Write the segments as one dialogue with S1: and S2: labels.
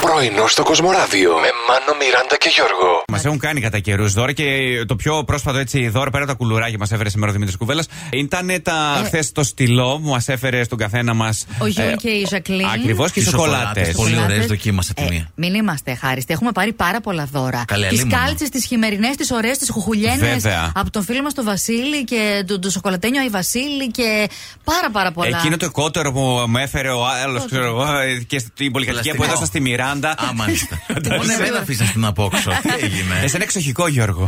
S1: Πρωινό στο Κοσμοράδιο με Μάνο, Μιράντα και Γιώργο.
S2: Μας έχουν κάνει κατά καιρούς δώρα και το πιο πρόσφατο έτσι δώρο πέρα από τα κουλουράκια που μας έφερε σήμερα ο Δημήτρης Κουβέλλα ήταν τα
S3: Ε.
S2: χθες το στυλό που μας έφερε στον καθένα μας.
S3: Ο Γιώργο και η Ζακλίν.
S2: Ακριβώς και οι Ε,
S4: Οι
S2: σοκολάτες.
S4: σοκολάτες. Πολύ
S3: Σοκολάτες.
S4: ωραίες, δοκίμασα τη μία.
S3: Ε, Μην είμαστε χάριστοι. Έχουμε πάρει πάρα πολλά δώρα.
S4: Καλέ,
S3: Τι
S4: αλίμονο.
S3: κάλτσες, τις χειμερινές, τις ωραίες, τις χουχουλιένε.
S2: Βέβαια.
S3: Από τον φίλο μα τον Βασίλη και τον, τον σοκολατένιο Αϊ Βασίλη και πάρα πάρα πολλά.
S2: Εκείνο το κότερο που μου έφερε ο άλλο, ξέρω εγώ, ε, και στην πολυκατοικία που
S4: Πλαστικό.
S2: έδωσα στη Μιράντα.
S4: Α, μάλιστα.
S2: Εντάξει.
S4: Μόνο εμένα αφήσατε την απόξω. Τι έγινε.
S2: Εσένα Ε, εξοχικό, Γιώργο.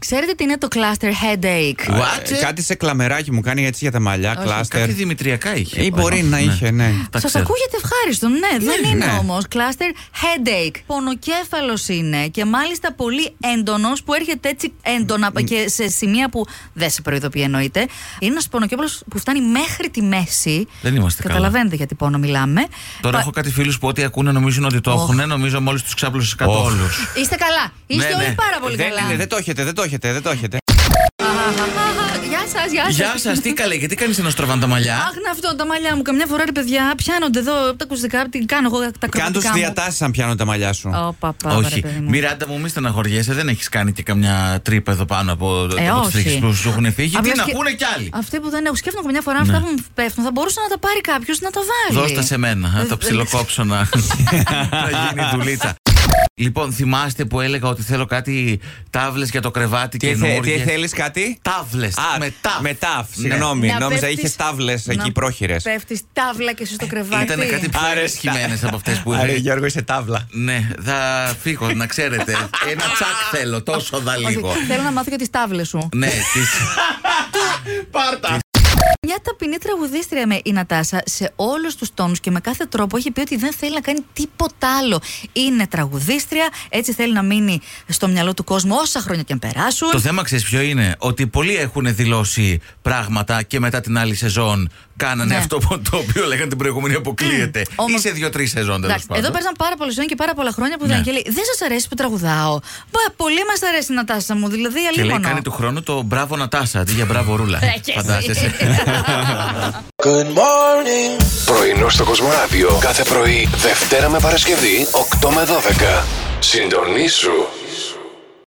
S3: Ξέρετε τι είναι το cluster headache.
S4: What?
S2: Ε, Κάτι σε κλαμεράκι μου κάνει έτσι για τα μαλλιά, κλάστερ.
S4: Κάτι δημητριακά είχε.
S2: Ή Ε, μπορεί να είχε, ναι.
S4: Τα
S3: Σας
S4: ξέρω.
S3: ακούγεται ευχάριστο. Ναι, δεν είναι
S2: ναι.
S3: όμως. Cluster headache. Πονοκέφαλος είναι και μάλιστα πολύ έντονος που έρχεται έτσι έντονα και σε σημεία που δεν σε προειδοποιεί εννοείται. Είναι ένας πονοκέφαλος που φτάνει μέχρι τη μέση.
S4: Δεν είμαστε καλά.
S3: Καταλαβαίνετε γιατί πόνο μιλάμε.
S4: Τώρα
S3: Πα-
S4: έχω κάτι φίλους που ό,τι ακούνε νομίζουν ότι το
S3: Οχ.
S4: έχουν. Νομίζω μόλις τους ξάπλωσες κάτω
S2: Οχ.
S4: όλους.
S3: Είστε καλά. Είστε
S4: Ναι,
S3: όλοι
S4: ναι.
S3: πάρα πολύ
S2: Δεν,
S3: καλά.
S2: είναι, Ε, δεν το έχετε, δεν το έχετε, δεν το έχετε.
S3: Αχ, Γεια σας, γεια σας.
S4: Γεια σας, τι καλέ, γιατί κάνεις ένα στραβάν τα μαλλιά.
S3: Αχ, να αυτό τα μαλλιά μου. Καμιά φορά ρε παιδιά πιάνονται εδώ τα ακουστικά. Τι κάνω εγώ τα
S2: Κάν του
S3: ακουστικά.
S2: διατάσεις αν πιάνουν τα μαλλιά σου.
S3: Ω, παπά,
S4: Όχι,
S3: ρε παιδί μου.
S4: Μιράντα μου, μη στεναχωριέσαι, δεν έχεις κάνει και καμιά τρύπα εδώ πάνω από
S3: Ε,
S4: από τις
S3: όχι.
S4: τρίχες που σου έχουν φύγει. Τι
S3: Απλά
S4: Ε, να
S3: σκε-
S4: πούνε κι άλλοι.
S3: Αυτοί που δεν έχουν σκέφτομαι καμιά φορά αυτά που μου πέφτουν, θα μπορούσε να τα πάρει κάποιος να τα βάλει.
S4: Δώστα σε μένα,
S3: Ε,
S4: να τα ψιλοκόψω να, να γίνει δουλίτσα. Λοιπόν, θυμάστε που έλεγα ότι θέλω κάτι τάβλες για το κρεβάτι
S2: Τι, θε,
S4: καινούργιες.
S2: τι θέλεις κάτι.
S4: Τάβλες.
S2: Α,
S4: με τάφ.
S2: με τάφ,
S4: Ναι.
S2: συγγνώμη. Νόμιζα είχε τάβλες εκεί πρόχειρες.
S3: Πέφτεις τάβλα και εσύ στο κρεβάτι.
S4: Ήταν Ε, κάτι πιο
S2: Άρε,
S4: αρεσχημένε από αυτές που
S2: Άρα,
S4: είχα.
S2: Γιώργο, είσαι τάβλα.
S4: Ναι, θα φύγω, να ξέρετε. Ένα τσακ θέλω, τόσο δα
S3: Όχι,
S4: λίγο.
S3: Θέλω να μάθω για τις τάβλες σου.
S4: Ναι, τις... Πάρτα!
S3: Μια ταπεινή τραγουδίστρια με η Νατάσα σε όλους τους τόνους και με κάθε τρόπο έχει πει ότι δεν θέλει να κάνει τίποτα άλλο. Είναι τραγουδίστρια, έτσι θέλει να μείνει στο μυαλό του κόσμου όσα χρόνια και αν περάσουν.
S4: Το θέμα ξέρεις ποιο είναι. Ότι πολλοί έχουν δηλώσει πράγματα και μετά την άλλη σεζόν κάνανε
S3: Ναι.
S4: αυτό που, το οποίο λέγανε την προηγούμενη αποκλείεται. Ή
S3: Όμως-
S4: σε δύο-τρει σεζόν τέλο
S3: Εντάξει,
S4: πάντων.
S3: εδώ πέρασαν πάρα πολλέ ώρε και πάρα πολλά χρόνια που
S4: Ναι.
S3: ήταν και λέει Δεν σας αρέσει που τραγουδάω. Μπα, πολύ μας αρέσει η Νατάσα μου. Δηλαδή,
S4: Και λέει
S3: αλίμονο.
S4: κάνει του χρόνου το μπράβο Νατάσα αντί για μπράβο Ρούλα.
S3: και εσύ.
S4: Φαντάζεσαι.
S1: Πρωινό στο Κοσμοράδιο κάθε πρωί, Δευτέρα με Παρασκευή, 8 με 12. Συντονίσου